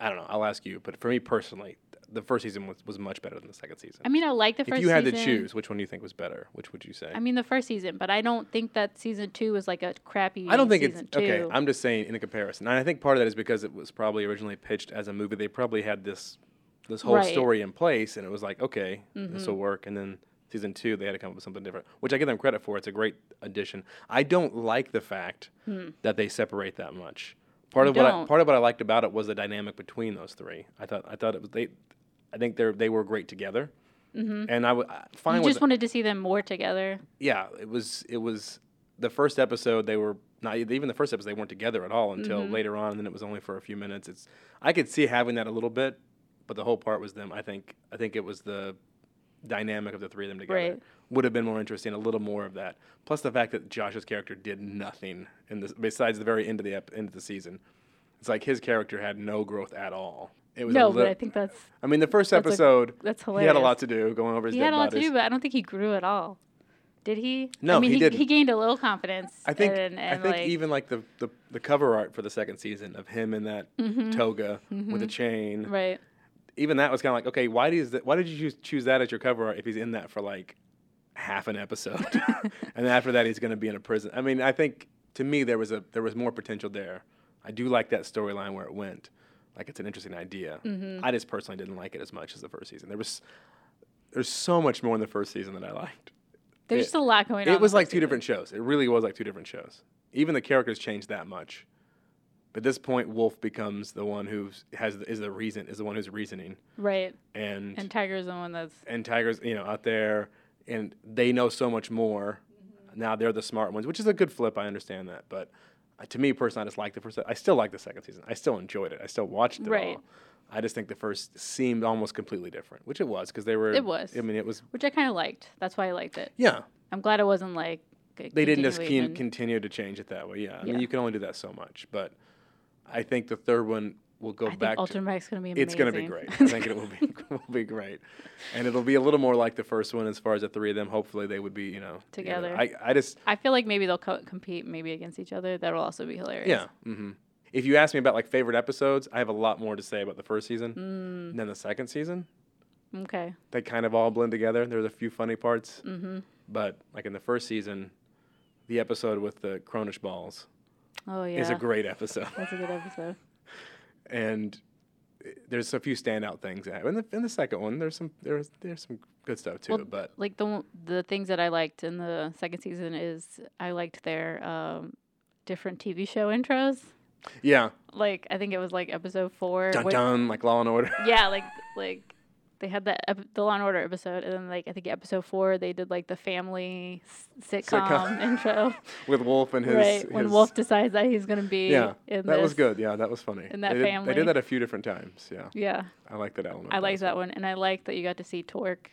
A: I don't know. I'll ask you, but for me personally, th- the first season was, was much better than the second season.
B: I mean, I like the first.
A: if you had to
B: season.
A: choose, which one do you think was better? Which would you say?
B: I mean, the first season, but I don't think that season two was like a crappy.
A: I don't think it's
B: season
A: okay.
B: two.
A: I'm just saying in a comparison, and I think part of that is because it was probably originally pitched as a movie. They probably had this this whole
B: Right. Mm-hmm.
A: story in place, and it was like, okay, this will work. And then season two, they had to come up with something different, which I give them credit for. It's a great addition. I don't like the fact that they separate that much. Part
B: Hmm. You
A: of what I,
B: don't.
A: part of what I liked about it was the dynamic between those three. I thought I thought it was they. I think they they were great together, mm-hmm. and I w- I- fine
B: you
A: with
B: just wanted to see them more together.
A: yeah, it was it was the first episode they were not even the first episode they weren't together at all until
B: Mm-hmm.
A: later on and then it was only for a few minutes. It's I could see having that a little bit, but the whole part was them. I think I think it was the dynamic of the three of them together
B: Right.
A: would have been more interesting, a little more of that. Plus the fact that Josh's character did nothing in this besides the very end of the ep- end of the season. It's like his character had no growth at all. It was a
B: No,
A: lit-
B: but I think that's
A: I mean the first
B: that's a-
A: episode
B: that's
A: he had a
B: hilarious.
A: lot to do going over his
B: He
A: dead
B: had a lot
A: bodies.
B: to do, but I don't think he grew at all. Did he?
A: No,
B: I mean,
A: he
B: he,
A: didn't.
B: he gained a little confidence.
A: I think
B: and, and
A: I think
B: like,
A: even like the, the the cover art for the second season of him in that toga with a chain,
B: Mm-hmm. right.
A: even that was kind of like, okay, why does that, why did you choose, choose that as your cover art if he's in that for like half an episode, and after that he's going to be in a prison? I mean, I think to me there was a there was more potential there. I do like that storyline where it went. Like it's an interesting idea.
B: Mm-hmm.
A: I just personally didn't like it as much as the first season. There was there's so much more in the first season that I liked.
B: There's
A: It-
B: just a lot going on.
A: It was
B: with
A: like
B: this
A: two
B: season.
A: different shows. It really was like two different shows. Even the characters changed that much. At this point, Wolf becomes the one who has is the reason is the one who's reasoning,
B: Right.
A: and
B: And
A: and,
B: Tiger's the one that's
A: Tiger's you know out there, and they know so much more.
B: Mm-hmm.
A: Now they're the smart ones, which is a good flip. I understand that, but uh, to me personally, I just like the first. I still like the second season. I still enjoyed it. I still watched it
B: Right.
A: all. I just think the first seemed almost completely different, which it was because they were.
B: It was.
A: I mean, it was.
B: which I kind of liked. That's why I liked it.
A: Yeah,
B: I'm glad it wasn't like a
A: they didn't just can,
B: continuation.
A: continue to change it that way. Yeah, I
B: Yeah.
A: mean, you can only do that so much. But I think the third one will go
B: I
A: back.
B: think Ultra Mag's gonna be
A: to,
B: amazing.
A: it's going to be great. I think it will be will be great, and it'll be a little more like the first one as far as the three of them. Hopefully, they would be you know
B: Together.
A: You know, I I just
B: I feel like maybe they'll co- compete maybe against each other. That'll also be hilarious.
A: yeah. hmm If you ask me about like favorite episodes, I have a lot more to say about the first
B: Mm.
A: season than the second season.
B: Okay.
A: They kind of all blend together. There's a few funny parts,
B: Mm-hmm.
A: but like in the first season, the episode with the Cronish balls
B: Oh yeah.
A: is a great episode.
B: That's a good episode.
A: and eh, there's a few standout things that happen. In the, in the second one, there's some there's there's some good stuff too.
B: Well,
A: but
B: like the one- the things that I liked in the second season is I liked their um, different TV show intros.
A: yeah,
B: Like I think it was like episode four.
A: dun
B: where-
A: dun, like Law and Order.
B: Yeah, like like they had that ep- the Law and Order episode, and then like I think episode four they did like the family s- sitcom,
A: Sitcom.
B: intro,
A: with Wolf and his,
B: right? When
A: his-
B: Wolf decides that he's gonna be
A: Yeah,
B: in
A: that was
B: this.
A: good. Yeah, that was funny.
B: in that
A: they did, They
B: family.
A: did that a few different times. Yeah,
B: Yeah,
A: I like that element.
B: I
A: of
B: liked
A: was-
B: that one, and I liked that you got to see Torque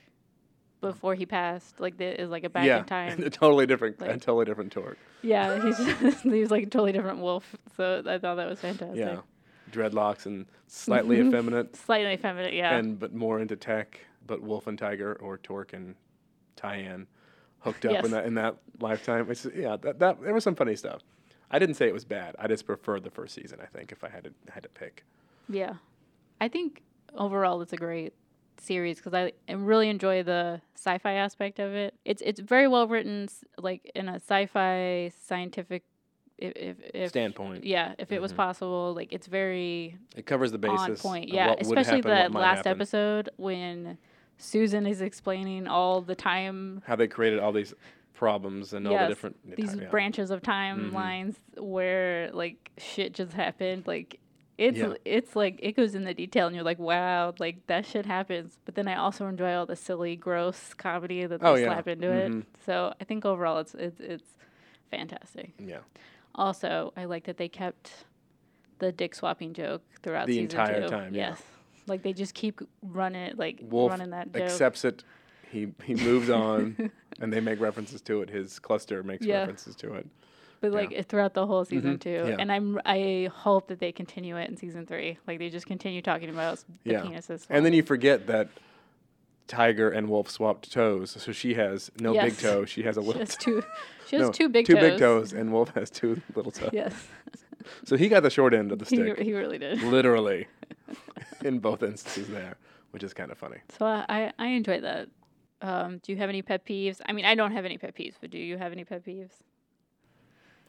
B: before he passed. Like there is like a back
A: yeah,
B: in time.
A: a totally different, a
B: Like-
A: totally different torque.
B: Yeah, he's just, he's like a totally different wolf. So I thought that was fantastic.
A: Yeah, dreadlocks and slightly effeminate,
B: Slightly feminine, yeah.
A: and but more into tech. But Wolf and Tiger or Torque and Tyann hooked up in
B: Yes.
A: that in that lifetime. It's, yeah, that, that there was some funny stuff. I didn't say it was bad. I just preferred the first season. I think if I had to had to pick,
B: yeah. I think overall it's a great series because I I really enjoy the sci-fi aspect of it. It's it's very well written, s- like in a sci-fi scientific. If, if, if
A: Standpoint.
B: yeah, if it was possible, like it's very
A: it covers the basis.
B: on point.
A: of
B: Yeah,
A: what would
B: especially
A: happen, what
B: the
A: might
B: last
A: happen,
B: episode when Susan is explaining all the time
A: How they created all these problems and all the different Mm-hmm.
B: these
A: yeah.
B: branches of timelines where like shit just happened like it's
A: Yeah.
B: it's like it goes into detail and you're like wow like that shit happens but then i also enjoy all the silly gross comedy that they
A: Oh, yeah.
B: slap into
A: Mhm.
B: it so i think overall it's it's it's fantastic
A: Yeah,
B: also i like that they kept the dick swapping joke throughout
A: The
B: season
A: entire
B: two.
A: time, yeah.
B: yes Like they just keep running it, like
A: Wolf
B: running that joke.
A: accepts it. He he moves on, and they make references to it. His cluster makes
B: Yeah.
A: references to it.
B: but
A: yeah.
B: like it throughout the whole season
A: Mhm,
B: too.
A: yeah.
B: And I'm I hope that they continue it in season three. Like they just continue talking about s- the
A: Yeah.
B: penises.
A: And then you forget that Tiger and Wolf swapped toes, so she has no big
B: Yes.
A: toe. She has a
B: she
A: little.
B: has
A: toe.
B: two, she has
A: No,
B: two big
A: two
B: toes.
A: big toes, and Wolf has two little toes.
B: Yes,
A: So he got the short end of the
B: he,
A: stick,
B: he really did.
A: literally, in both instances there, which is kind of funny.
B: So I, I, I enjoyed that. Um, do you have any pet peeves? I mean, I don't have any pet peeves, but do you have any pet peeves?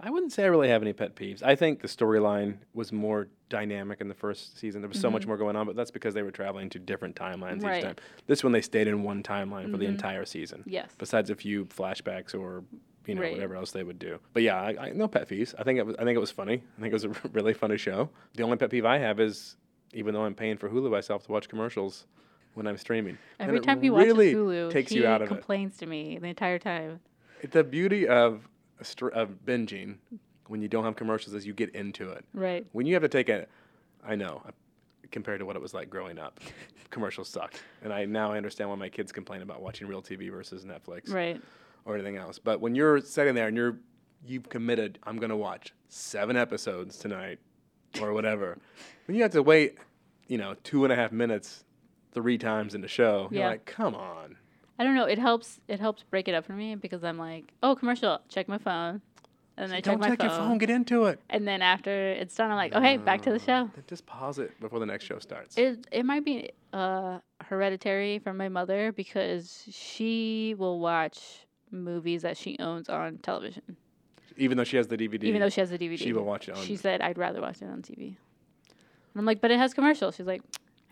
A: I wouldn't say I really have any pet peeves. I think the storyline was more dynamic in the first season. There was so much more going on, but that's because they were traveling to different timelines
B: Mm-hmm. Right. Mm-hmm.
A: each time. This one, they stayed in one timeline for the entire season,
B: Yes.
A: besides a few flashbacks or you know
B: Right.
A: whatever else they would do. But yeah, I, I, no pet peeves. I think it was, I think it was funny. I think it was a really funny show. The only pet peeve I have is even though I'm paying for Hulu myself to watch commercials when I'm streaming, and
B: Every
A: it
B: time he
A: really
B: watches Hulu,
A: takes
B: he
A: you out of it.
B: complains to me the entire time.
A: The beauty of a str- of binging when you don't have commercials is you get into it.
B: Right.
A: When you have to take a, I know, uh, compared to what it was like growing up, commercials sucked, and I now I understand why my kids complain about watching real TV versus Netflix
B: Right.
A: or anything else. But when you're sitting there and you're you've committed, I'm gonna watch seven episodes tonight or whatever. when you have to wait, you know, two and a half minutes, three times in the show,
B: Yeah.
A: you're like, come on.
B: I don't know. It helps. It helps break it up for me because I'm like, oh, commercial. Check my phone, and then I check
A: Don't
B: my
A: check
B: phone,
A: your phone. Get into it.
B: and then after it's done, I'm like, okay, back to the show.
A: Then Just pause it before the next show starts.
B: It it might be uh hereditary from my mother because she will watch movies that she owns on television,
A: even though she has the DVD,
B: even though she has a DVD.
A: she will watch it on.
B: She said, I'd rather watch it on TV. And I'm like, but it has commercials. She's like,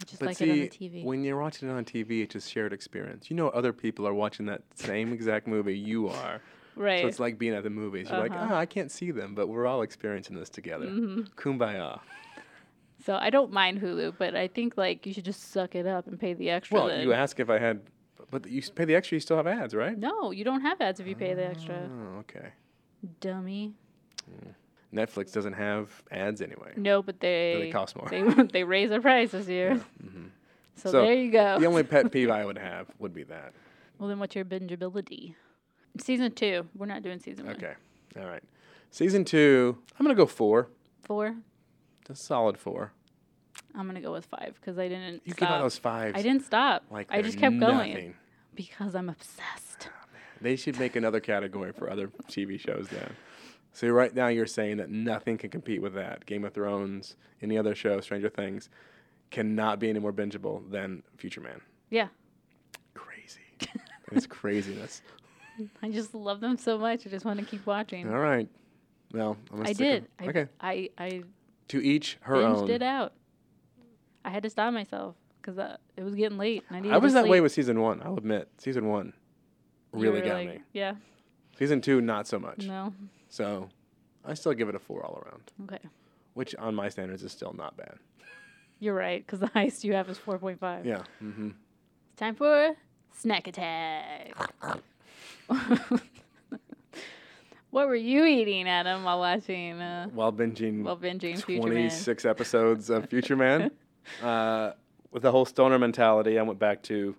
B: I just
A: but
B: like
A: see,
B: it on the TV.
A: when you're watching it on TV, it's a shared experience. You know, other people are watching that same exact movie you are.
B: right.
A: So it's like being at the movies. You're like,
B: Uh-huh. Mm-hmm.
A: ah, I can't see them, but we're all experiencing this together. Kumbaya.
B: so I don't mind Hulu, but I think like you should just suck it up and pay the extra.
A: Well,
B: then.
A: you ask if I had, but you s- pay the extra, you still have ads, right?
B: no, you don't have ads if you pay the extra.
A: Oh, okay.
B: Dummy.
A: Netflix doesn't have ads anyway.
B: No, but they
A: So they cost more.
B: They they raise their price this year. So,
A: So,
B: there you go.
A: the only pet peeve I would have would be that.
B: well, then what's your bingeability? Season two. We're not doing season one.
A: Okay. All right. Season two, I'm going to go four.
B: Four.
A: A solid four.
B: I'm gonna go with five because I didn't.
A: You give out
B: stop.
A: those fives.
B: I didn't stop.
A: Like
B: I
A: they're
B: just kept going
A: nothing.
B: because I'm obsessed.
A: They should make another category for other TV shows then. So right now you're saying that nothing can compete with that. Game of Thrones, any other show, Stranger Things, cannot be any more bingeable than Future Man.
B: Yeah.
A: Crazy. it's craziness.
B: I just love them so much. I just want to keep watching.
A: All right. Well, I'm gonna
B: I
A: stick
B: did.
A: with-
B: I,
A: okay.
B: I, I
A: To each her
B: binged
A: own.
B: it out. I had to stop myself because uh, it was getting late. And I, needed
A: I was
B: to
A: that way
B: sleep.
A: with season one. I'll admit, season one
B: You
A: really
B: were
A: got
B: like,
A: me.
B: Yeah.
A: Season two, not so much.
B: No.
A: So, I still give it a four all around,
B: Okay.
A: which on my standards is still not bad.
B: You're right because the highest you have is 4.5.
A: Yeah. Mm-hmm.
B: It's time for snack attack. what were you eating, Adam, while watching? Uh,
A: While binging.
B: while binging Future Man.
A: 26 episodes of Future Man. uh, with the whole stoner mentality, I went back to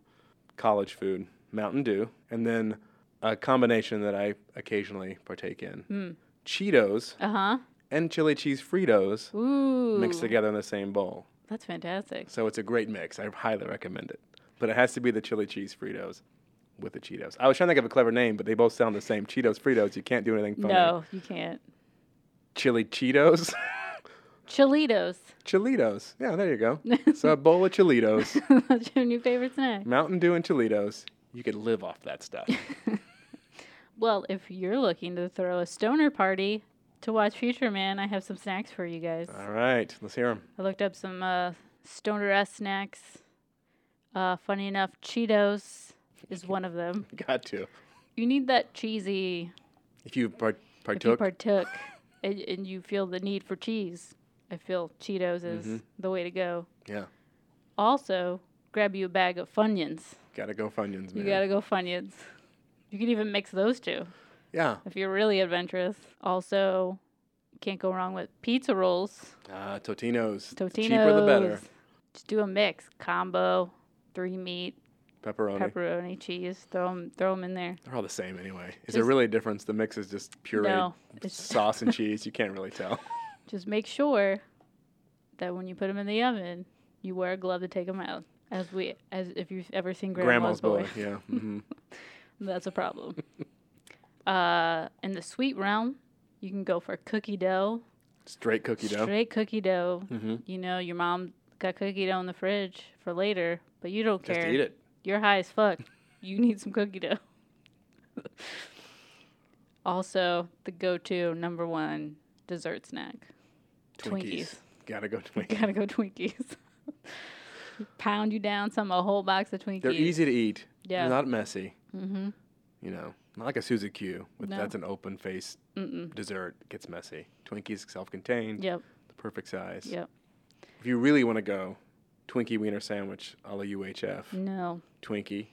A: college food, Mountain Dew, and then a combination that I occasionally partake in
B: Hmm.
A: Cheetos
B: Uh huh.
A: and chili cheese Fritos
B: Ooh.
A: mixed together in the same bowl.
B: That's fantastic.
A: So it's a great mix. I highly recommend it. But it has to be the chili cheese Fritos with the Cheetos. I was trying to think of a clever name, but they both sound the same. Cheetos Fritos, you can't do anything funny.
B: No, you can't.
A: Chili Cheetos.
B: Chilitos.
A: Chilitos. Yeah, there you go. so a bowl of Chilitos.
B: That's your new favorite snack.
A: Mountain Dew and Toledo's, you could live off that stuff.
B: Well, if you're looking to throw a stoner party to watch Future Man, I have some snacks for you guys.
A: All right, let's hear them.
B: I looked up some uh, stoner s snacks. Uh, funny enough, Cheetos is one of them.
A: Got to.
B: You need that cheesy
A: If you par-
B: if you
A: partook,
B: partook and, and you feel the need for cheese. I feel Cheetos is
A: Mm-hmm.
B: the way to go.
A: yeah,
B: Also, grab you a bag of Funyuns.
A: gotta go Funyuns,
B: You
A: man.
B: gotta go Funyuns. You can even mix those two.
A: Yeah,
B: if you're really adventurous. Also, can't go wrong with pizza rolls,
A: uh, Totino's. The
B: Totino's.
A: Cheaper the better.
B: Just do a mix combo, three meat,
A: Pepperoni.
B: pepperoni, cheese. Throw them, throw them in there.
A: They're all the same anyway. Is there
B: Just-
A: really a difference? The mix is just pureed
B: No, it's-
A: sauce and cheese. You can't really tell.
B: Just make sure that when you put them in the oven, you wear a glove to take them out. As we, as if you've ever seen Grandma's, boy,
A: Yeah. hmm
B: that's a problem. uh, in the sweet realm, you can go for cookie dough,
A: Straight cookie dough.
B: straight cookie dough.
A: Mm-hmm.
B: You know, your mom got cookie dough in the fridge for later, but you don't
A: Just
B: care.
A: eat it.
B: You're high as fuck. you need some cookie dough. also, the go-to number one dessert snack. Twinkies.
A: Gotta go Twinkies.
B: Gotta go Twinkies. Pound you down some a whole box of Twinkies.
A: They're easy to eat.
B: Yeah.
A: They're not messy.
B: Mm-hmm.
A: You know, not like a Suzy Q. With
B: No.
A: That's an open faced
B: Mm-mm.
A: dessert. Gets messy. Twinkies self contained.
B: Yep.
A: The perfect size.
B: Yep.
A: If you really want to go, Twinkie Wiener Sandwich a la UHF.
B: No,
A: Twinkie,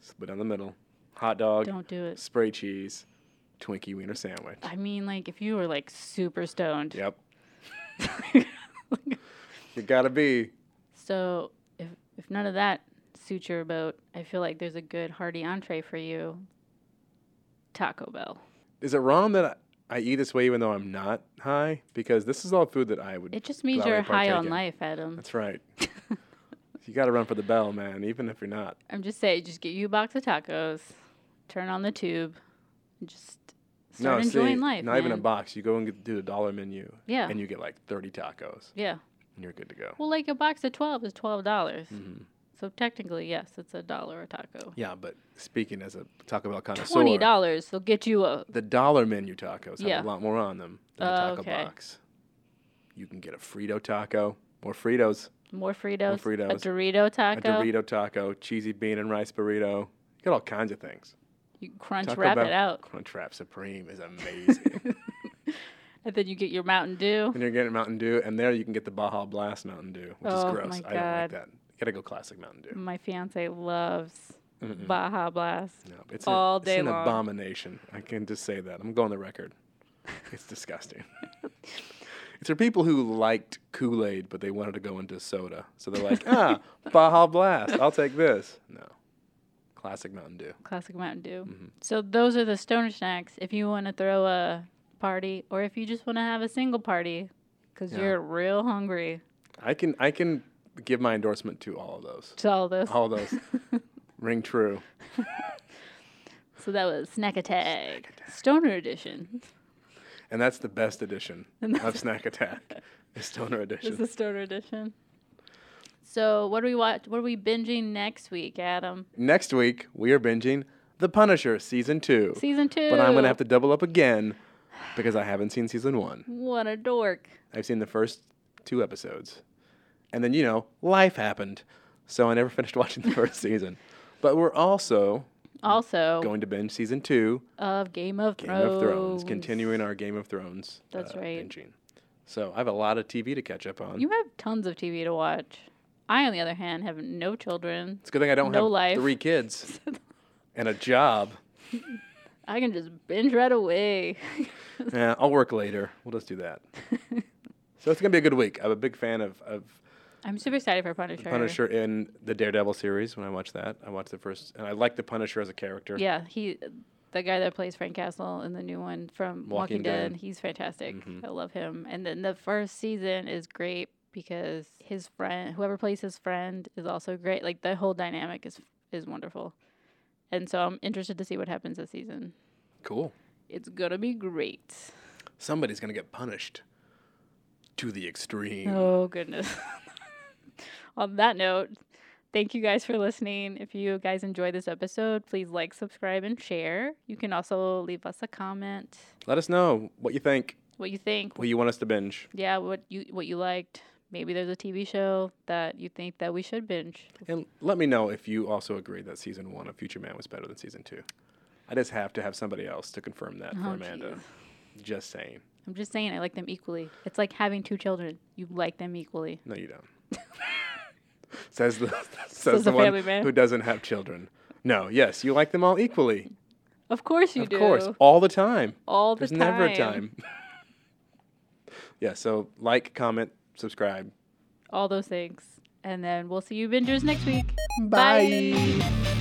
A: split down the middle. Hot dog,
B: don't do it.
A: spray cheese, Twinkie Wiener Sandwich.
B: I mean, like if you were like super stoned.
A: Yep. You gotta be.
B: so if if none of that suits your boat, I feel like there's a good hearty entree for you. Taco Bell.
A: Is it wrong that I, I eat this way even though I'm not high? Because this is all food that I would.
B: It just means
A: Gladly
B: you're high
A: partake
B: on
A: in.
B: life, Adam.
A: That's right. you gotta run for the bell, man, even if you're not.
B: I'm just saying, just get you a box of tacos, turn on the tube, and just start enjoying life.
A: not even a
B: man.
A: box. You go and get, do the dollar menu,
B: Yeah.
A: and you get like 30 tacos,
B: yeah.
A: and you're good to go.
B: Well, like a box of 12 is $12. dollars
A: hmm
B: So technically, yes, it's a dollar a taco.
A: Yeah, but speaking as a Taco Bell connoisseur,
B: $20 will get you a.
A: the dollar menu tacos have a
B: Yeah.
A: lot more on them than
B: Oh,
A: the taco
B: okay.
A: box. You can get a Frito taco, more Fritos,
B: More Fritos, a
A: Fritos,
B: Dorito taco,
A: a Dorito taco, cheesy bean and rice burrito. You get all kinds of things.
B: you crunch
A: Taco
B: wrap
A: Bell-
B: it out,
A: Crunchwrap Supreme is amazing.
B: and then you get your Mountain Dew.
A: and you're getting Mountain Dew, and there you can get the Baja Blast Mountain Dew, which
B: Oh,
A: is gross.
B: my
A: I don't like
B: God.
A: that. You gotta go classic Mountain Dew.
B: My fiance loves
A: Mm-hmm. Mm-mm.
B: Baja Blast.
A: No, it's
B: all
A: a,
B: day
A: It's an
B: long.
A: abomination. I can just say that. I'm going on the record. It's disgusting. it's for people who liked Kool Aid, but they wanted to go into soda. So they're like, ah, Baja Blast. I'll take this. No, classic Mountain Dew.
B: Classic Mountain Dew.
A: Mhm.
B: So those are the stoner snacks. If you want to throw a party, or if you just want to have a single party, because
A: Yeah.
B: you're real hungry,
A: I can I can give my endorsement to all of those.
B: to all those.
A: All those ring true.
B: So that was snack attack, stoner edition.
A: And that's the best edition
B: And
A: of Snack Attack, the Stoner
B: This
A: edition.
B: is stoner edition. So what are we watch? What are we binging next week, Adam?
A: Next week we are binging The Punisher season two.
B: Season two.
A: But I'm gonna have to double up again because I haven't seen season one.
B: What a dork.
A: I've seen the first two episodes, and then you know life happened, so I never finished watching the first season. But we're also
B: Also
A: going to binge season two,
B: of Game of
A: Game
B: Thrones.
A: of Thrones, continuing our Game of Thrones.
B: That's
A: uh,
B: right.
A: Binging. So I have a lot of TV to catch up on.
B: You have tons of TV to watch. I, on the other hand, have no children.
A: it's a good thing I don't
B: no
A: have
B: life.
A: three kids and a job.
B: I can just binge right away.
A: Yeah, I'll work later. We'll just do that. so it's gonna be a good week. I'm a big fan of, of
B: I'm super excited for Punisher.
A: Punisher in the Daredevil series. When I watched that, I watched the first, and I like the Punisher as a character.
B: Yeah, he, the guy that plays Frank Castle in the new one from Walking,
A: Walking
B: Dead,
A: Dead.
B: he's fantastic.
A: Mhm.
B: I love him. And then the first season is great because his friend, whoever plays his friend, is also great. Like the whole dynamic is is wonderful. And so I'm interested to see what happens this season.
A: Cool.
B: It's gonna be great.
A: Somebody's gonna get punished to the extreme.
B: Oh, goodness. On that note, thank you guys for listening. If you guys enjoyed this episode, please like, subscribe, and share. You can also leave us a comment,
A: Let us know what you think.
B: what you think.
A: What you want us to binge,
B: Yeah, what you what you liked. Maybe there's a TV show that you think that we should binge.
A: and let me know if you also agree that season one of Future Man was better than season two. I just have to have somebody else to confirm that for
B: Oh,
A: Amanda. Just saying.
B: I'm just saying I like them equally. It's like having two children. You like them equally.
A: No, you don't. says the says
B: Says
A: the
B: the
A: one
B: family man.
A: who doesn't have children. No, yes, you like them all equally.
B: Of course you
A: of
B: do.
A: course, all the time.
B: All the
A: There's
B: time.
A: never a time. yeah, so like, comment, subscribe.
B: All those things. And then we'll see you bingers next week.
A: Bye.